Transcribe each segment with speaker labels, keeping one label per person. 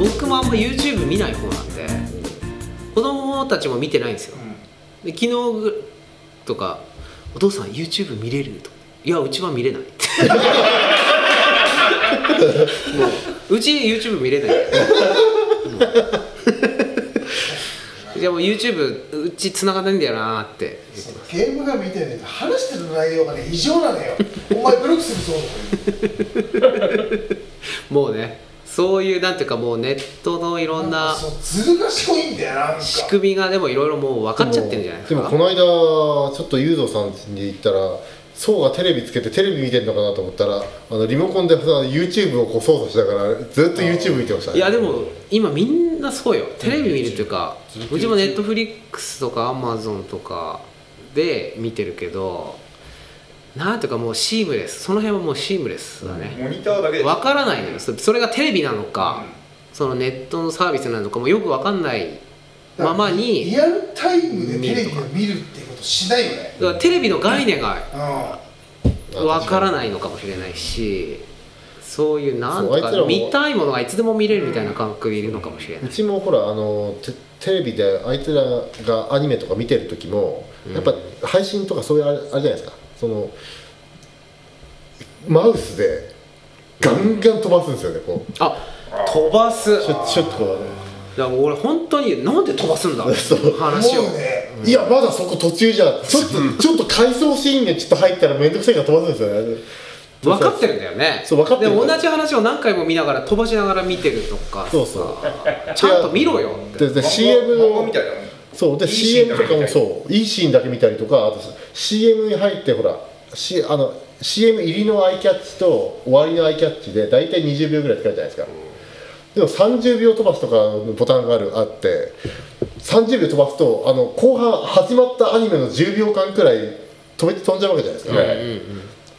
Speaker 1: 僕もあんま YouTube 見ない方なんで子供たちも見てないんですよで昨日ぐとか「お父さん YouTube 見れる?」と「いやうちは見れない」もううち YouTube 見れないうんいやもう YouTube うち繋がんないんだよなーって
Speaker 2: ゲームが見てね話してる内容がね異常なの よお前ブロックするそう
Speaker 1: もうねそういうなんていうかもうネットのいろんな
Speaker 2: そうずる賢いんだよなんか
Speaker 1: 仕組みがでもいろいろもう分かっちゃってるんじゃないです
Speaker 3: でも
Speaker 1: か
Speaker 3: この間ちょっと雄三さん家に行ったらそうがテレビつけてテレビ見てんのかなと思ったらあのリモコンでさ YouTube をこう操作しながらずっと YouTube 見てましたね
Speaker 1: いやでも今みんなそうよテレビ見るっていうか
Speaker 4: ずっと
Speaker 1: うちもネットフリックスとかアマゾンとかで見てるけどなんていうかもうシームレスその辺はもうシームレスだね
Speaker 4: モニターだけで
Speaker 1: 分からないのよそそれがテレビなのかそのネットのサービスなのかもよく分かんないままに
Speaker 2: リアルタイムでテレビを見るっていうことしないよね
Speaker 1: だからテレビの概念が
Speaker 2: うん
Speaker 1: 分からないのかもしれないしそういうなんと
Speaker 3: そうあいつら
Speaker 1: か
Speaker 3: も
Speaker 1: 見たいものがいつでも見れるみたいな感覚でいるのかもしれな
Speaker 3: う
Speaker 1: い
Speaker 3: ちもほらあのテテレビであいつらがアニメとか見てる時も、やっぱ配信とかそういうあれあれじゃないですかそのマウスでガンガン飛ばすんですよねこう
Speaker 1: あ飛ばす
Speaker 3: シュッシュッとこうね
Speaker 1: だから俺本当になんで飛ばすんだ
Speaker 3: そう
Speaker 1: 話を
Speaker 2: もうね
Speaker 3: いやまだそこ途中じゃんちょっとちょっと回想シーンがちょっと入ったら面倒くさいから飛ばすんですよね
Speaker 1: 分かってるんだよね
Speaker 3: そう分かってる
Speaker 1: でも同じ話を何回も見ながら飛ばしながら見てるとかさ
Speaker 3: そうそう
Speaker 1: ちゃんと見ろよって
Speaker 3: でで CM
Speaker 4: 漫画
Speaker 3: の
Speaker 4: みたいなの
Speaker 3: そうで
Speaker 4: いいシーン
Speaker 3: CM とかもそういいシーンだけ見たりとかあと CM に入ってほら、C、あの CM 入りのアイキャッチと終わりのアイキャッチで大体20秒ぐらい使うじゃないですかでも30秒飛ばすとかのボタンがあるあって30秒飛ばすとあの後半始まったアニメの10秒間くらい飛べて飛んじゃうわけじゃないですか、
Speaker 4: はい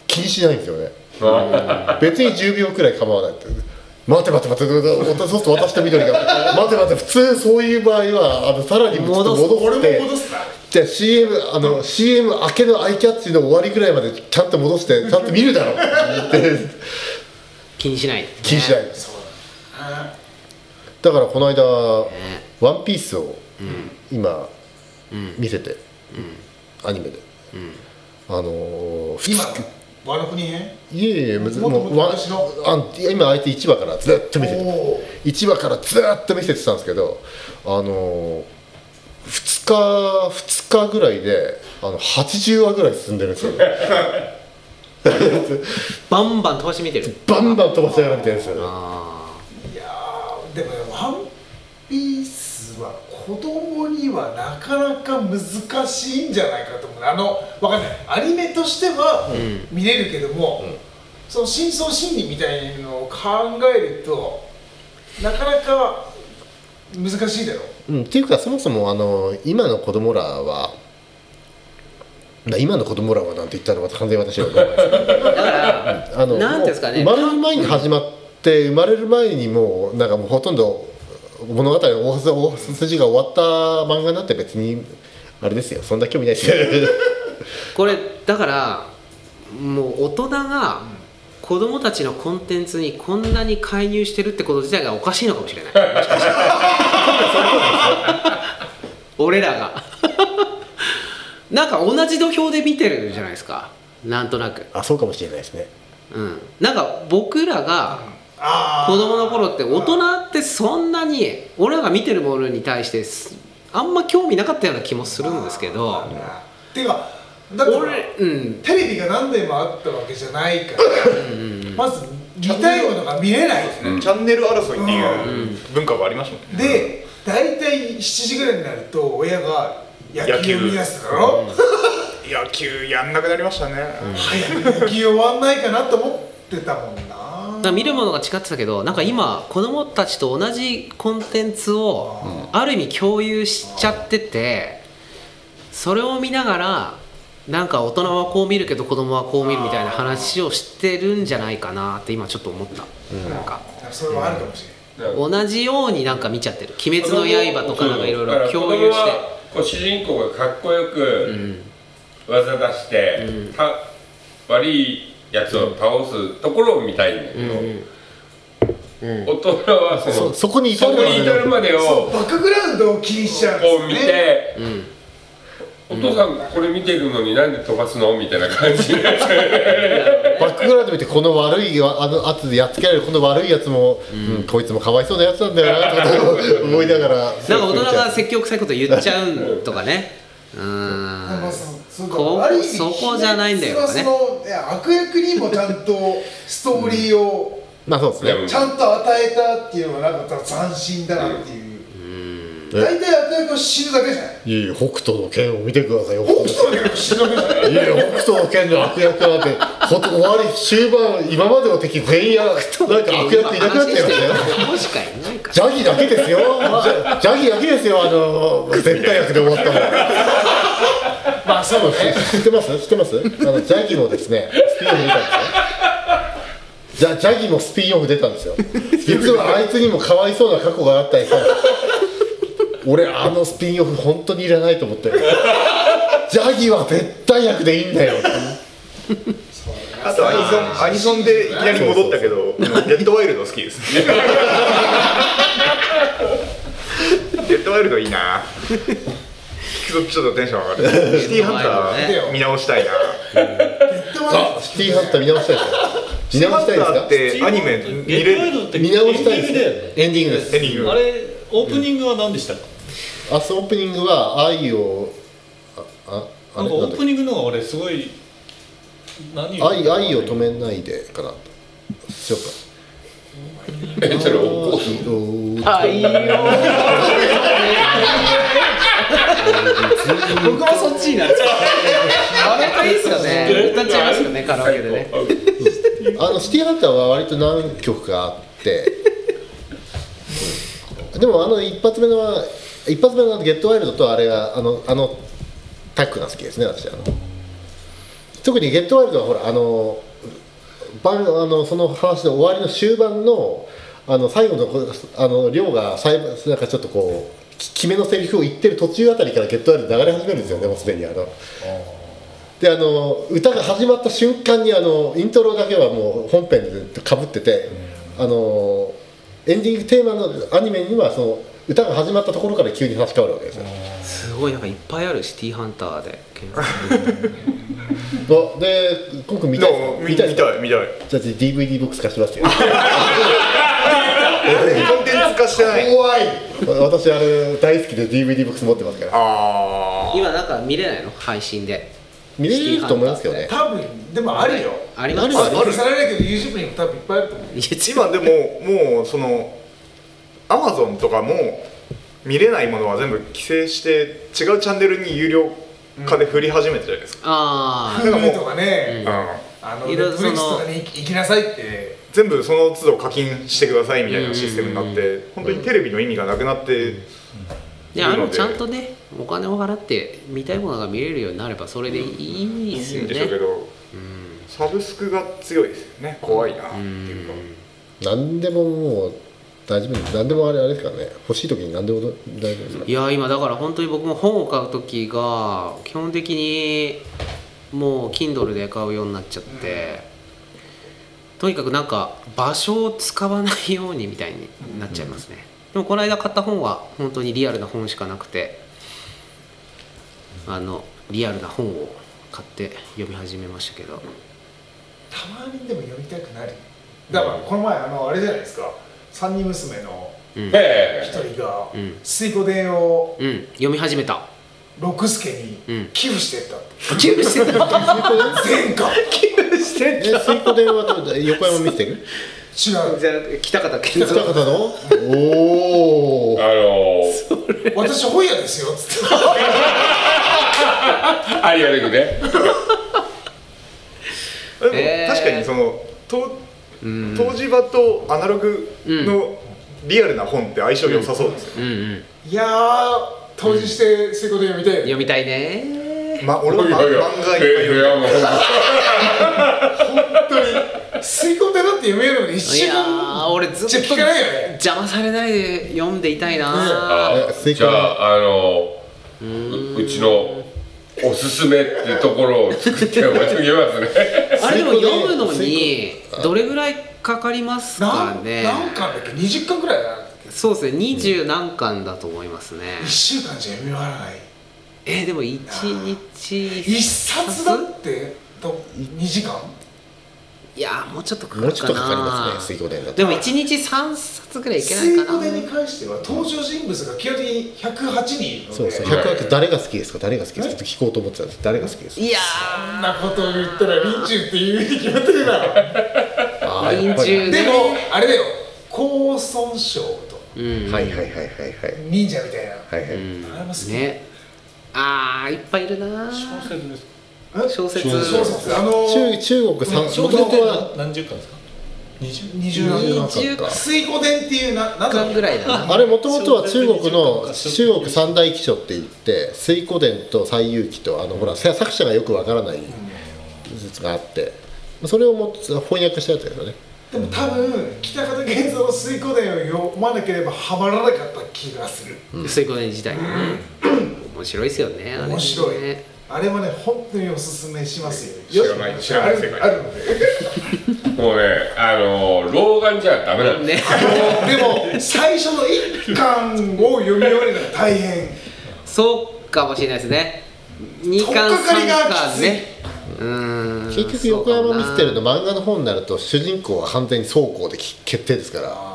Speaker 3: 気にしないんですよね
Speaker 4: あ
Speaker 3: 別に10秒くらい構わないって待て待て待て待てそうすると私と緑が待て待て普通そういう場合はあのさらにちょっと戻
Speaker 2: 俺
Speaker 3: って
Speaker 2: も戻すな
Speaker 3: じゃあ CM あの CM 明けのアイキャッチの終わりぐらいまでちゃんと戻してちゃんと見るだろうって
Speaker 1: 気にしない
Speaker 3: 気にしない
Speaker 1: ね
Speaker 2: そうだな
Speaker 3: だからこの間
Speaker 1: ね
Speaker 3: 「ワンピースを今見せてアニメであのー
Speaker 2: 今ワノ国編
Speaker 3: いえいえむず
Speaker 2: もっともっと
Speaker 3: もうワン
Speaker 2: 昔の
Speaker 3: あんいや今あえて1話からずっと見せてる
Speaker 2: おー
Speaker 3: 1話からずっと見せてたんですけどあのー、2日2日ぐらいであの80話ぐらい進んでる んですよ
Speaker 1: バンバン飛ばして見てる
Speaker 3: バンバン飛ばしながら見てるんですよね
Speaker 1: あ
Speaker 2: いやーでもね「ワンピースは子供にはなかなか難しいんじゃないかと思うあのわかんないアニメとしては見れるけども、その真相心理みたいなのを考えるとなかなか難しいだろ
Speaker 3: うん、っていうかそもそもあのー今の子供らはな今の子供らはなんて言ったらまた完全に私は分からないです
Speaker 1: ーだから
Speaker 3: あの
Speaker 1: なんていうんですかね
Speaker 3: もう生まれる前に始まって生まれる前にもうなんかもうほとんど物語の大筋大筋が終わった漫画なんて別にあれですよそんな興味ないですよ
Speaker 1: これだからもう大人が子供たちのコンテンツにこんなに介入してるってこと自体がおかしいのかもしれないもしかしたら俺らが なんか同じ土俵で見てるじゃないですかなんとなく
Speaker 3: あそうかもしれないですね
Speaker 1: うんなんか僕らが
Speaker 2: あー
Speaker 1: 子供の頃って大人ってそんなに俺らが見てるものに対してすあんま興味なかったような気もするんですけど
Speaker 2: ていうかだって
Speaker 1: 俺うん
Speaker 2: テレビが何年もあったわけじゃないからまず見たいものが見れない、
Speaker 4: チャンネル争いっていう文化がありましたもんね
Speaker 2: で大体7時ぐらいになると親が野
Speaker 4: 野
Speaker 2: 球
Speaker 4: 球
Speaker 2: を見出すだろ、
Speaker 4: 野球やんなくなりましたね
Speaker 2: 早く野球終わんないかなと思ってたもん
Speaker 1: だ
Speaker 2: な
Speaker 1: から見るものが違ってたけどなんか今子供たちと同じコンテンツをある意味共有しちゃっててそれを見ながらなんか大人はこう見るけど子供はこう見るみたいな話をしてるんじゃないかなって今ちょっと思った、なんか
Speaker 2: それはあるかもしれない、
Speaker 1: 同じようになんか見ちゃってる「鬼滅の刃」とかなんかいろいろ共有
Speaker 5: だ
Speaker 1: し
Speaker 5: か
Speaker 1: て
Speaker 5: ら子供はこう主人公がかっこよく技出して、た悪いやつを倒すところを見たいんだけど、
Speaker 1: うん
Speaker 5: 大人はその
Speaker 3: そそこに至
Speaker 5: そ
Speaker 3: る
Speaker 5: こに至るまで
Speaker 2: そ
Speaker 5: を
Speaker 2: うバックグラウンドを気にしちゃうん
Speaker 5: こう
Speaker 2: で
Speaker 5: 見
Speaker 2: すよね
Speaker 5: て、
Speaker 1: ん
Speaker 5: お父さんこれ見てるのになんで飛ばすのみたいな感じで
Speaker 3: バックグラウンド見てこの悪いあの圧でやっつけられるこの悪いやつも、うんこいつもかわいそうなやつなんだよなとかと思いながら
Speaker 1: なんか大人が積極臭いこと言っちゃうとかねう
Speaker 2: あ
Speaker 1: ー
Speaker 2: の
Speaker 1: ん
Speaker 2: そそうか
Speaker 1: こ
Speaker 2: ある意味
Speaker 1: そこじゃないんだよ
Speaker 2: 秘密
Speaker 1: ね
Speaker 2: はそのいや悪役にもちゃんとストーリーを
Speaker 3: まあそうですね
Speaker 5: うん
Speaker 2: ちゃんと与えたっていうのはなんか斬新だなっていう大体悪役は死ぬだけじゃない
Speaker 3: いやいや北斗の剣を見てくださいよ
Speaker 2: 北斗の役死ぬだけじゃない
Speaker 3: いやいや北斗の剣の悪役なんてほんと終わり終盤今までの敵全員やなんか悪役いなくなっちゃいましたよ
Speaker 1: もしかいないか
Speaker 3: ジャギだけ ですよジャギだけですよあの絶対役で終わったのまあそうです知ってます知ってますあのジャギもですねスピンオフ出たんですよジャジャギもスピンオフ出たんですよ実はあいつにもかわいそうな過去があったりさ俺あのスピンオフ本当にいらないと思ってジャギは絶対役でいいんだよ
Speaker 4: あとアニソンアニソンでいきなり戻ったけどデッドワイルド好きです デッドワイルドいいな聞くとちょっとテンション上がるシティハンター見直したいな
Speaker 3: シティーハンター見直したいですよ見直したいですか
Speaker 4: シティハンターってアニメ見れる
Speaker 6: る
Speaker 3: 見直したいです
Speaker 6: で
Speaker 3: エンディングです
Speaker 4: エンディング
Speaker 6: あれオープニングは何でしたか
Speaker 3: 明日オープニングは愛をあああ
Speaker 6: な
Speaker 3: れ
Speaker 6: んか
Speaker 3: な
Speaker 6: オ
Speaker 3: ん
Speaker 6: ー
Speaker 3: だ
Speaker 6: プニングのが俺すごい何言って
Speaker 3: 愛
Speaker 6: たか
Speaker 3: 愛を止めないでかなしようか
Speaker 5: えそれおこ
Speaker 3: 愛を
Speaker 1: はいよ僕もそっちになっちゃうあれがいいっすよね歌っちゃいますよねカラオケでね
Speaker 3: あのシティーハンターは割と何曲かあってうんでもあの一発目のは一発目のゲットワイルドとあれがあのあのタックが好きですね私あの特にゲットワイルドはほらあの番あのその話の終わりの終盤のあの最後のこあの亮が最後なんかちょっとこうき決めのセリフを言ってる途中あたりからゲットワイルド流れ始めるんですよねもうすでにあの。であの歌が始まった瞬間にあのイントロだけはもう本編でかぶってて、あのエンディングテーマのアニメにはその歌が始まったところから急に話し変わるわけですよ。
Speaker 1: すごいなんかいっぱいあるシティハンターで検索
Speaker 3: あで今回見たいですか
Speaker 4: 見たい見たい見たい
Speaker 3: じゃあ DVD ボックス貸しますよ
Speaker 4: コンテンツ化してない
Speaker 3: 怖い私あれ大好きで DVD ボックス持ってますから
Speaker 4: あ
Speaker 1: 今なんか見れないの配信で
Speaker 3: 見れると思いますけどね
Speaker 2: 多分でもあるよ
Speaker 1: あります
Speaker 3: ある
Speaker 2: あるされないけど YouTube にも多分いっぱいあると思う
Speaker 1: いや
Speaker 4: ー
Speaker 1: 違う
Speaker 4: 今でももうそのアマゾンとかも見れないものは全部規制して違うチャンネルに有料化で振り始めてるじゃないですか、
Speaker 1: あ
Speaker 4: んかもう
Speaker 2: Hulu とかね
Speaker 4: うん
Speaker 2: あの
Speaker 1: いろいろその
Speaker 2: Netflix とかに行き行きなさいって
Speaker 4: 全部その都度課金してくださいみたいなシステムになって本当にテレビの意味がなくなって
Speaker 1: あいやあのちゃんとねお金を払って見たいものが見れるようになればそれでいいです
Speaker 4: いい
Speaker 1: よ
Speaker 4: んでしょうけ
Speaker 1: ね
Speaker 4: どサブスクが強いですよね怖いなっていうか
Speaker 3: 何でももう大丈夫です何でもあれあれですからね欲しい時に何でもど大丈夫です から
Speaker 1: いや今だから本当に僕も本を買う時が基本的にもう Kindle で買うようになっちゃって、とにかくなんか場所を使わないようにみたいになっちゃいますね、でもこの間買った本は本当にリアルな本しかなくてあのリアルな本を買って読み始めましたけど
Speaker 2: たまにでも読みたくなるだからこの前あのあれじゃないですか三人娘の
Speaker 1: うん、
Speaker 5: え
Speaker 2: 一人が
Speaker 1: うん
Speaker 2: 水滸伝を
Speaker 1: うん、読み始め た
Speaker 2: 六助に
Speaker 1: うん
Speaker 2: 寄付してったって
Speaker 1: 寄付してた
Speaker 2: 前科
Speaker 1: 寄付して
Speaker 3: え水滸伝はどう横山見てる
Speaker 2: 違う
Speaker 1: じゃあ北方健
Speaker 3: 北
Speaker 1: 三
Speaker 3: 方のおお
Speaker 5: あの
Speaker 2: 私本屋ですよっつって
Speaker 5: ー、アリアレグね
Speaker 4: でも
Speaker 1: えー
Speaker 4: 確かにそのと
Speaker 1: うん
Speaker 4: 湯治場とアナログのリアルな本って相性良さそうですよ
Speaker 1: うんうん
Speaker 2: いやー当時して水滸伝読みたい
Speaker 1: 読みたいね
Speaker 4: ま俺も漫
Speaker 5: い
Speaker 4: 画
Speaker 5: やい
Speaker 4: いっ
Speaker 5: や
Speaker 4: ぱい読
Speaker 5: 部
Speaker 4: む
Speaker 5: 屋の
Speaker 2: 水滸伝だって読めるのに一
Speaker 1: い
Speaker 2: 週
Speaker 1: や
Speaker 2: 間
Speaker 1: ー俺ずっと
Speaker 2: じゃあ聞かないよね
Speaker 1: 邪魔されないで読んでいたいな、
Speaker 5: あ
Speaker 3: え
Speaker 5: じゃああのううちのおすすめってところを作っておいておきますね
Speaker 1: あれでも
Speaker 3: 成功で
Speaker 1: 読むのにどれぐらいかかりますか
Speaker 2: 何
Speaker 1: ね
Speaker 2: 何巻だっけ20巻ぐらいだ
Speaker 1: そうですね二十何巻だと思いますね
Speaker 2: 1週間じゃ読み終わらない
Speaker 1: えーでも一日
Speaker 2: 一冊だってと2時間
Speaker 1: いやーもうちょっとかか
Speaker 7: もう
Speaker 1: る
Speaker 7: ちょ
Speaker 1: か
Speaker 7: っ
Speaker 1: な
Speaker 7: とかかりますね水道電だと
Speaker 1: でも一日三冊ぐらいいけない
Speaker 2: 水
Speaker 1: か
Speaker 2: 滸伝に
Speaker 1: な
Speaker 2: 関しては登場人物が基本的に108人いるので
Speaker 7: そうそう
Speaker 2: そん
Speaker 7: 百0誰が好きですか誰が好きですかって聞こうと思ってたんです誰が好きですか
Speaker 1: いや
Speaker 2: なことを言ったら臨中って言うに決まってるだろ
Speaker 7: あ
Speaker 1: ー
Speaker 7: ーや
Speaker 1: 臨
Speaker 7: っぱり
Speaker 1: 終
Speaker 2: で
Speaker 1: ね
Speaker 2: もあれだよ高尊賞と
Speaker 1: うん
Speaker 7: はいはいはいはいはい
Speaker 2: 忍者みたいな
Speaker 7: はいはい
Speaker 2: あれも好き
Speaker 1: ねあーいっぱいいるな
Speaker 6: 小
Speaker 1: ー
Speaker 6: 説です
Speaker 1: 小説
Speaker 2: 小説あのー
Speaker 7: 中中国三
Speaker 6: 小
Speaker 7: もと
Speaker 6: 説
Speaker 7: もと
Speaker 6: は
Speaker 7: は
Speaker 6: 何十巻ですか20
Speaker 2: 20何巻
Speaker 1: 20
Speaker 2: か水滸伝っていうななんだろ
Speaker 1: 巻
Speaker 2: う
Speaker 1: ぐらいだな
Speaker 3: あれもともとは中国の中国三大記書って言って水古伝と西遊記とあのほら作者がよくわからない術があってそれをもっと翻訳したやつだよね
Speaker 2: でも多分北方玄三の水滸伝を読まなければハマらなかった気がする
Speaker 1: 水滸伝自体がね面白いですよねあれね
Speaker 2: 面白いあれはね本当におすすめしますよ
Speaker 5: 知らない知らない世界
Speaker 2: あるあるので
Speaker 5: もうねあの老眼じゃダメなんです
Speaker 1: ね
Speaker 2: でも最初の一巻を読み終わるのが大変
Speaker 1: そうかもしれないですね二巻
Speaker 2: とっかかり
Speaker 1: 三
Speaker 2: が
Speaker 1: 巻ねうーん
Speaker 3: 結局横
Speaker 1: そうか
Speaker 3: 山
Speaker 1: も
Speaker 3: ミ
Speaker 1: な
Speaker 3: ステルの漫画の本になると主人公は完全に走行でき決定ですから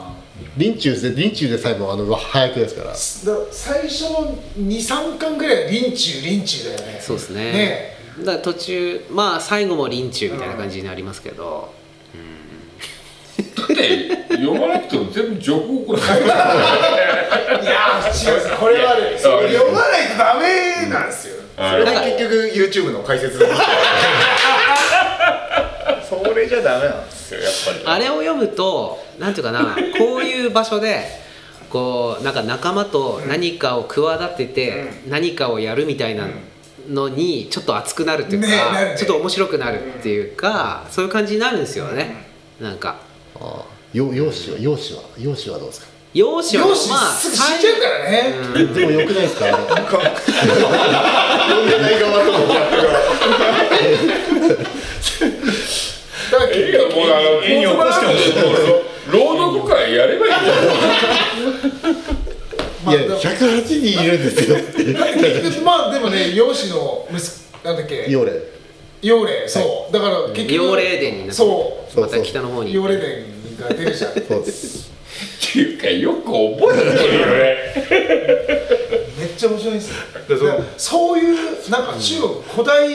Speaker 3: 臨中で臨中でさえもあの早くですから
Speaker 2: だから最初の23巻ぐらいは臨中臨中だよね
Speaker 1: そうですね
Speaker 2: ね
Speaker 1: だから途中まあ最後も臨中みたいな感じになりますけど、
Speaker 5: だって読まなくても全部情報これ入るか
Speaker 2: いやー違うこれはね
Speaker 5: そう
Speaker 2: 読まないとダメなんですよ、
Speaker 5: ら
Speaker 4: それが結局 YouTube の解説でそれじゃダメなんですよやっぱ
Speaker 1: あ
Speaker 4: り
Speaker 1: れを読むとなんていうかなこういう場所でこうなんか仲間と何かを企てて何かをやるみたいなのにちょっと熱くなるっていうか、
Speaker 2: ねなるね
Speaker 1: ちょっと面白くなるっていうか、そういう感じになるんですよね、なんか
Speaker 3: ああよ容姿は容姿は容姿はどうですか
Speaker 1: 容姿は
Speaker 2: 容姿すぐ死んじゃうからね、
Speaker 3: でもよくないですかあれ
Speaker 2: だから
Speaker 5: いいよもうあの
Speaker 6: 絵に起こしてほしい
Speaker 5: 朗読会やればいいんだよ
Speaker 2: まあ
Speaker 3: いや108人いるんですよ
Speaker 2: 結局まあでもね容姿の息子なんだっけ
Speaker 3: ヨレ
Speaker 2: 幼霊そうだから結局
Speaker 1: 幼霊伝になって
Speaker 2: そ
Speaker 3: そう
Speaker 1: また北の方
Speaker 2: う
Speaker 1: に
Speaker 2: 幼霊伝が出るじゃんめっ
Speaker 3: そうです
Speaker 5: っていうかよく覚えてるよね
Speaker 2: ちゃ面白いんですよ
Speaker 4: でその
Speaker 2: だからそういうなんか中国古代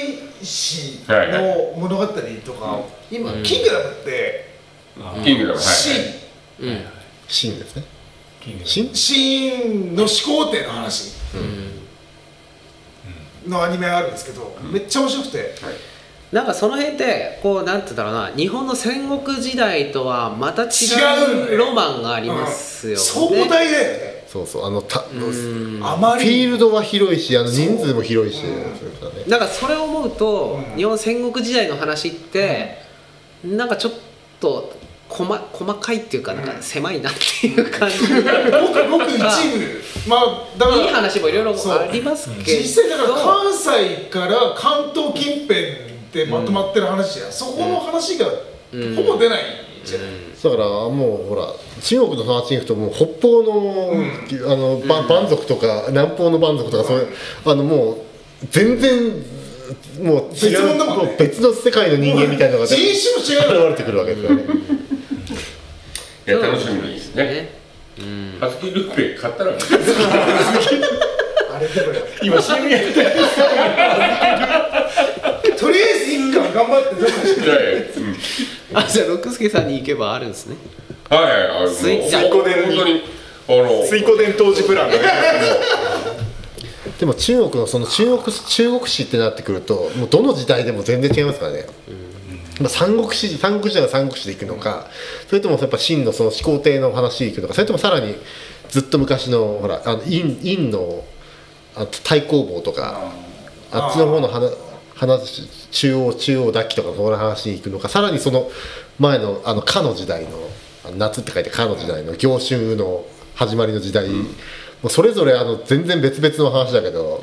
Speaker 2: 史
Speaker 5: はいは
Speaker 2: の物語とか今キングダムって
Speaker 5: キングダムはい
Speaker 2: 秦
Speaker 1: うん
Speaker 3: シンですね
Speaker 2: 秦の始皇帝の話のアニメがあるんですけどめっちゃ面白くて
Speaker 1: なんかその辺でこうなんて言うんだろうな日本の戦国時代とはまた違
Speaker 2: 違う
Speaker 1: うロマンがありますよね。
Speaker 2: うん壮大だよね
Speaker 3: そうそうあのた
Speaker 2: あま
Speaker 3: フ
Speaker 2: りに
Speaker 3: ィールドは広いしあの人数も広いしそういうことだね
Speaker 1: だからそれを思うと、
Speaker 2: うん
Speaker 1: 日本戦国時代の話って、なんかちょっと細細かいっていうかなんか狭いなっていう感じ、
Speaker 2: ごくごく一部まあだから
Speaker 1: いい話もいろいろ
Speaker 2: そう
Speaker 1: ありますけど
Speaker 2: 実際だから関西から関東近辺でまとまってる話や、そこの話がほぼ出ないじゃない、
Speaker 3: だからもうほら中国の話に行くともう北方の,、あのば蛮族とか南方の蛮族とかそういうあのもう全然もう
Speaker 2: 別
Speaker 3: 違う
Speaker 2: 物だもんね
Speaker 3: う別の世界の人間みたいなのが
Speaker 2: 人
Speaker 3: 現
Speaker 2: 種も違う
Speaker 3: れてくるわけですよね
Speaker 5: いや楽しみですね。ハスキールーペ買ったらね
Speaker 2: あれでもよ
Speaker 6: 今 CM やって
Speaker 2: とりあえず一巻頑張ってどうかして
Speaker 5: いやいやうん
Speaker 1: あじゃあ六輔さんに行けばあるんですね。
Speaker 5: はいはいあの
Speaker 1: スイッチ
Speaker 5: 本当にあの
Speaker 4: 水滸伝当時プランがね
Speaker 3: でも中国のその中国中国史ってなってくるともうどの時代でも全然違いますからね、まあ、三国史三国時代は三国史でいくのか、それともやっぱ秦のその始皇帝の話でいくのかそれともさらにずっと昔のほらあの陰陰のあの太公望とかあっちの方の話話中央中央脱起とかその話に行くのかさらにその前のあのかの時代のあの夏って書いてかの時代の行春の始まりの時代、もうそれぞれあの全然別々の話だけど、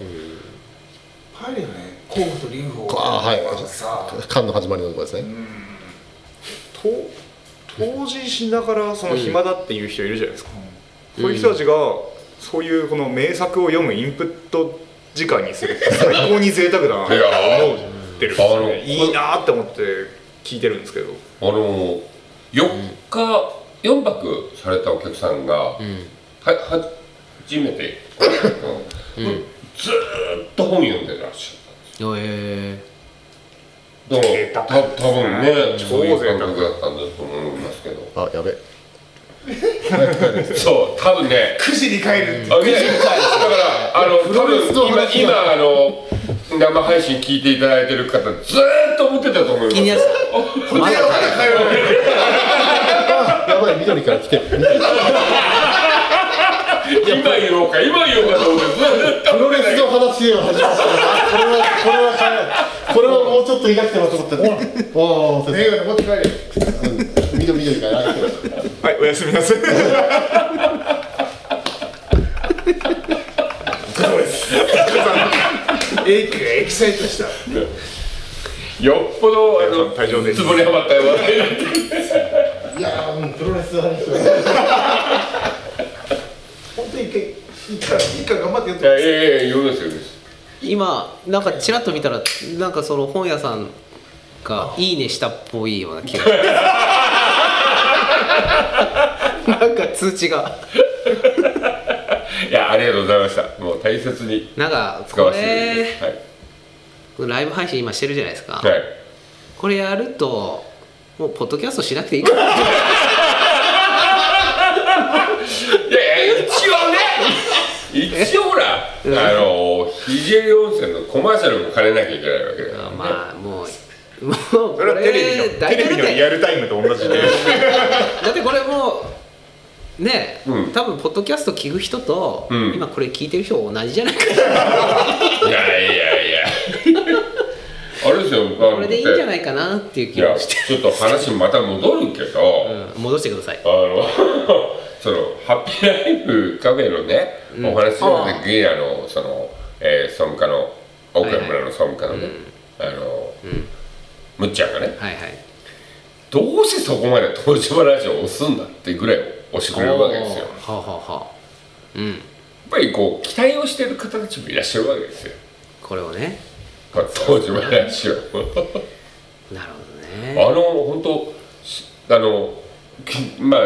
Speaker 2: 入るよね甲府と龍鵬
Speaker 3: こあはい
Speaker 2: さ
Speaker 3: 缶の始まりのとこですね、
Speaker 4: と当時しながらその暇だっていう人いるじゃないですか、そういう人たちがそういうこの名作を読むインプット時間にするって最高に贅沢だなって思ってるんですよね
Speaker 5: いやー
Speaker 4: いいなーって思って聞いてるんですけど
Speaker 5: あの4日、四泊されたお客さんが、は初めて、うんずーっと本読んでらっし
Speaker 1: え
Speaker 5: ゃった
Speaker 4: 贅
Speaker 5: だ
Speaker 4: 沢
Speaker 5: からた多分ね
Speaker 4: 超
Speaker 5: そういう感
Speaker 4: 贅
Speaker 5: 覚だったんだと思いますけど
Speaker 3: あやべ
Speaker 5: そう多分ね
Speaker 2: 9時に帰る
Speaker 5: あねだからあの多分今今あの生配信聞いていただいてる方ずーっと思ってたと思います
Speaker 1: 気になってたまだかよ
Speaker 3: あやばい緑から来てる
Speaker 5: 今言おうか今言おうかと思ってずーっと
Speaker 3: プロレスの話を始めましたあこれはこれは変えこれはもうちょっと描きてもらと思ったねおお
Speaker 2: 映画で持って帰る
Speaker 3: 緑緑から描いてます
Speaker 4: はいおやすみなさい
Speaker 2: エイクがエキサイトした
Speaker 5: よっぽどあの
Speaker 4: 退場です
Speaker 5: つぼにはまったよ
Speaker 2: いやーうんプロレスの話は本当に一回一回一回頑張ってやっ
Speaker 5: い
Speaker 2: て
Speaker 5: やいやいや言うですよ言うです
Speaker 1: 今なんかちらっと見たらなんかその本屋さんが「いいね」したっぽいような気がなんか通知が
Speaker 5: いやありがとうございましたもう大切に
Speaker 1: なんか
Speaker 5: 使
Speaker 1: こ
Speaker 5: わせていただき
Speaker 1: れ
Speaker 5: ます
Speaker 1: ライブ配信今してるじゃないですか、
Speaker 5: はい、はい
Speaker 1: これやるともうポッドキャストしなくていいから
Speaker 5: いやいや一応ね一応ほらあの肘襟温泉のコマーシャルも兼ねなきゃいけないわけだから、
Speaker 1: まあも うもうこ
Speaker 4: それはテレビのテ
Speaker 1: 大
Speaker 4: レ
Speaker 1: 体
Speaker 4: ビ
Speaker 1: だ
Speaker 4: の
Speaker 1: っ
Speaker 4: リア
Speaker 1: て
Speaker 4: ルタイムと同じで
Speaker 1: だってこれもうねえ、
Speaker 5: うん
Speaker 1: 多分ポッドキャスト聞く人と、
Speaker 5: うん
Speaker 1: 今これ聞いてる人同じじゃないか
Speaker 5: いやいやいやあれですよ
Speaker 1: これでいいんじゃないいかなっていう
Speaker 5: い
Speaker 1: 気も
Speaker 5: や
Speaker 1: して、
Speaker 5: ちょっと話また戻るけど、
Speaker 1: うん戻してください
Speaker 5: あの そのハッピーライフカフェのね、お話の時にあのその、えー、総務課の大倉村の総務課のね、あの、むっちゃんがね
Speaker 1: はいはい
Speaker 5: どうしてそこまで東芝ラジオを押すんだっていうぐらい押してくれるわけですよやっ
Speaker 1: はあ、はあはあ、うん
Speaker 5: ぱりこう期待をしている方たちもいらっしゃるわけですよ
Speaker 1: これをね
Speaker 5: 東芝ラジオ
Speaker 1: なるほど
Speaker 5: あ
Speaker 1: ね
Speaker 5: の本当しあのきまあ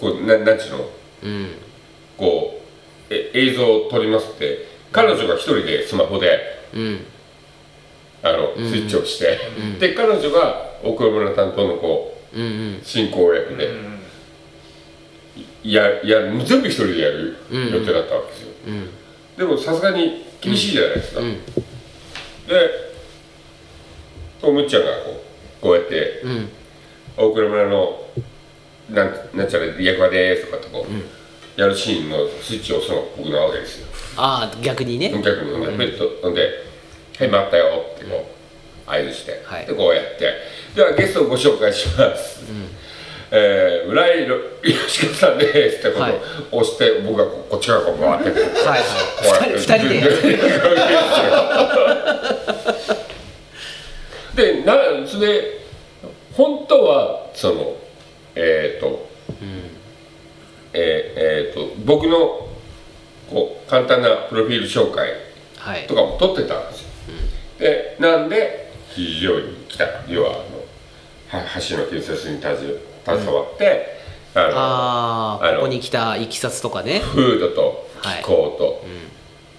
Speaker 5: こうななんちゅうの
Speaker 1: うん
Speaker 5: こうえ映像を撮りますって彼女が一人でスマホで
Speaker 1: うん
Speaker 5: あの、スイッチをして、で彼女が大黒村担当のこう
Speaker 1: うんうん
Speaker 5: 進行役で、いやいや全部一人でやる予定だったわけですよ、
Speaker 1: ん
Speaker 5: でもさすがに厳しいじゃないですか、
Speaker 1: うん
Speaker 5: でこうむっちゃんがこうこうやって
Speaker 1: うん
Speaker 5: 「大黒村のなんなんちゃら役場でーす」とかとこう、やるシーンのスイッチを押すのが僕なわけですよ
Speaker 1: ああ逆にね
Speaker 5: お客もねベッド飲んで「はい待ったよ」ってこう合図して、
Speaker 1: はい
Speaker 5: でこうやって「ではゲストをご紹介します」えー村井ろよしこさんです」ってこと
Speaker 1: はい
Speaker 5: を押して、僕がここっちからこう回ってこう
Speaker 1: はい
Speaker 5: こ
Speaker 1: は
Speaker 5: う
Speaker 1: い
Speaker 5: や
Speaker 1: 二
Speaker 5: って
Speaker 1: 人二人 で
Speaker 5: でなんそれで本当はそのえっ、と、えーえーと僕のこう簡単なプロフィール紹介
Speaker 1: はい
Speaker 5: とかも撮ってたんですよ、でなんで非常に来た要はあのは橋の建設に携携わって、あの
Speaker 1: あ
Speaker 5: あ
Speaker 1: あ
Speaker 5: の
Speaker 1: ここに来たいきさつとかね
Speaker 5: フードと
Speaker 1: はい
Speaker 5: 気候と、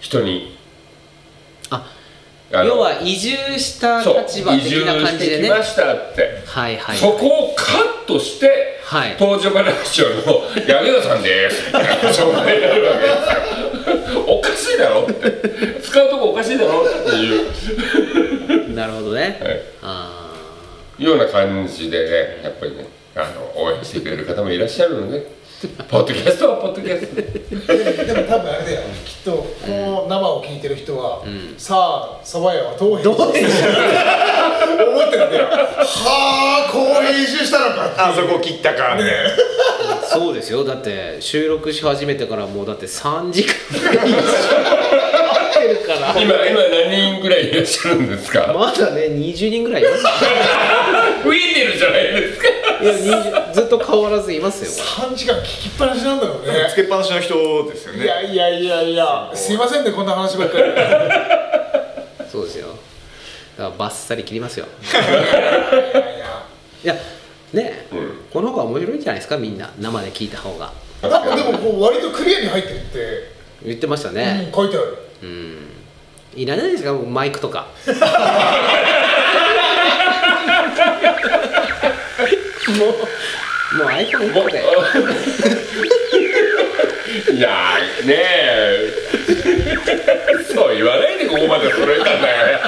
Speaker 5: 人に
Speaker 1: あ
Speaker 5: あの
Speaker 1: 要は移住した
Speaker 5: そう
Speaker 1: 立場
Speaker 5: 移住
Speaker 1: 的な感じ
Speaker 5: して
Speaker 1: でね
Speaker 5: きましたって、
Speaker 1: はいはい
Speaker 5: そこをカットして
Speaker 1: はい
Speaker 5: 東京ラ ジオの「柳田さんです」 みたいな紹介になるわけですよおかしいだろって使うとこおかしいだろっていう、
Speaker 1: なるほどね、
Speaker 5: はい
Speaker 1: あ
Speaker 5: ような感じでねやっぱりねあの応援してくれる方もいらっしゃるのでポッドキャストはポッドキャストで
Speaker 2: でも多分あれだよきっとこの生を聞いてる人は、さあ沢谷はどう変どう変思ってるんだよはあこういう移住したのか
Speaker 4: あそこ切ったかね
Speaker 1: あそうですよだって収録し始めてからもうだって3時間てるから
Speaker 5: 今今何人ぐらいいらっしゃるんですか
Speaker 1: まだね20人ぐらいいます
Speaker 5: 増えてるじゃないですか
Speaker 1: いや20ずっと変わらずいますよ
Speaker 2: 3時間聞きっぱなしなんだろうね
Speaker 4: つけっぱなしの人ですよ
Speaker 2: いや
Speaker 4: ね
Speaker 2: いやいやいやすいませんねこんな話ばっかり
Speaker 1: そうですよだからバッサリ切りますよ
Speaker 2: いや
Speaker 1: いやね、この方が面白いんじゃないですかみんな生で聞いた方が
Speaker 2: なんかでもこう割とクリアに入ってるって、
Speaker 1: 言ってました
Speaker 2: う
Speaker 1: ね、
Speaker 2: ん書いてある
Speaker 1: いらないですかもうマイクとか もうもう iPhone1 個で
Speaker 5: いやーねえそう言わないでここまで揃えたんだよ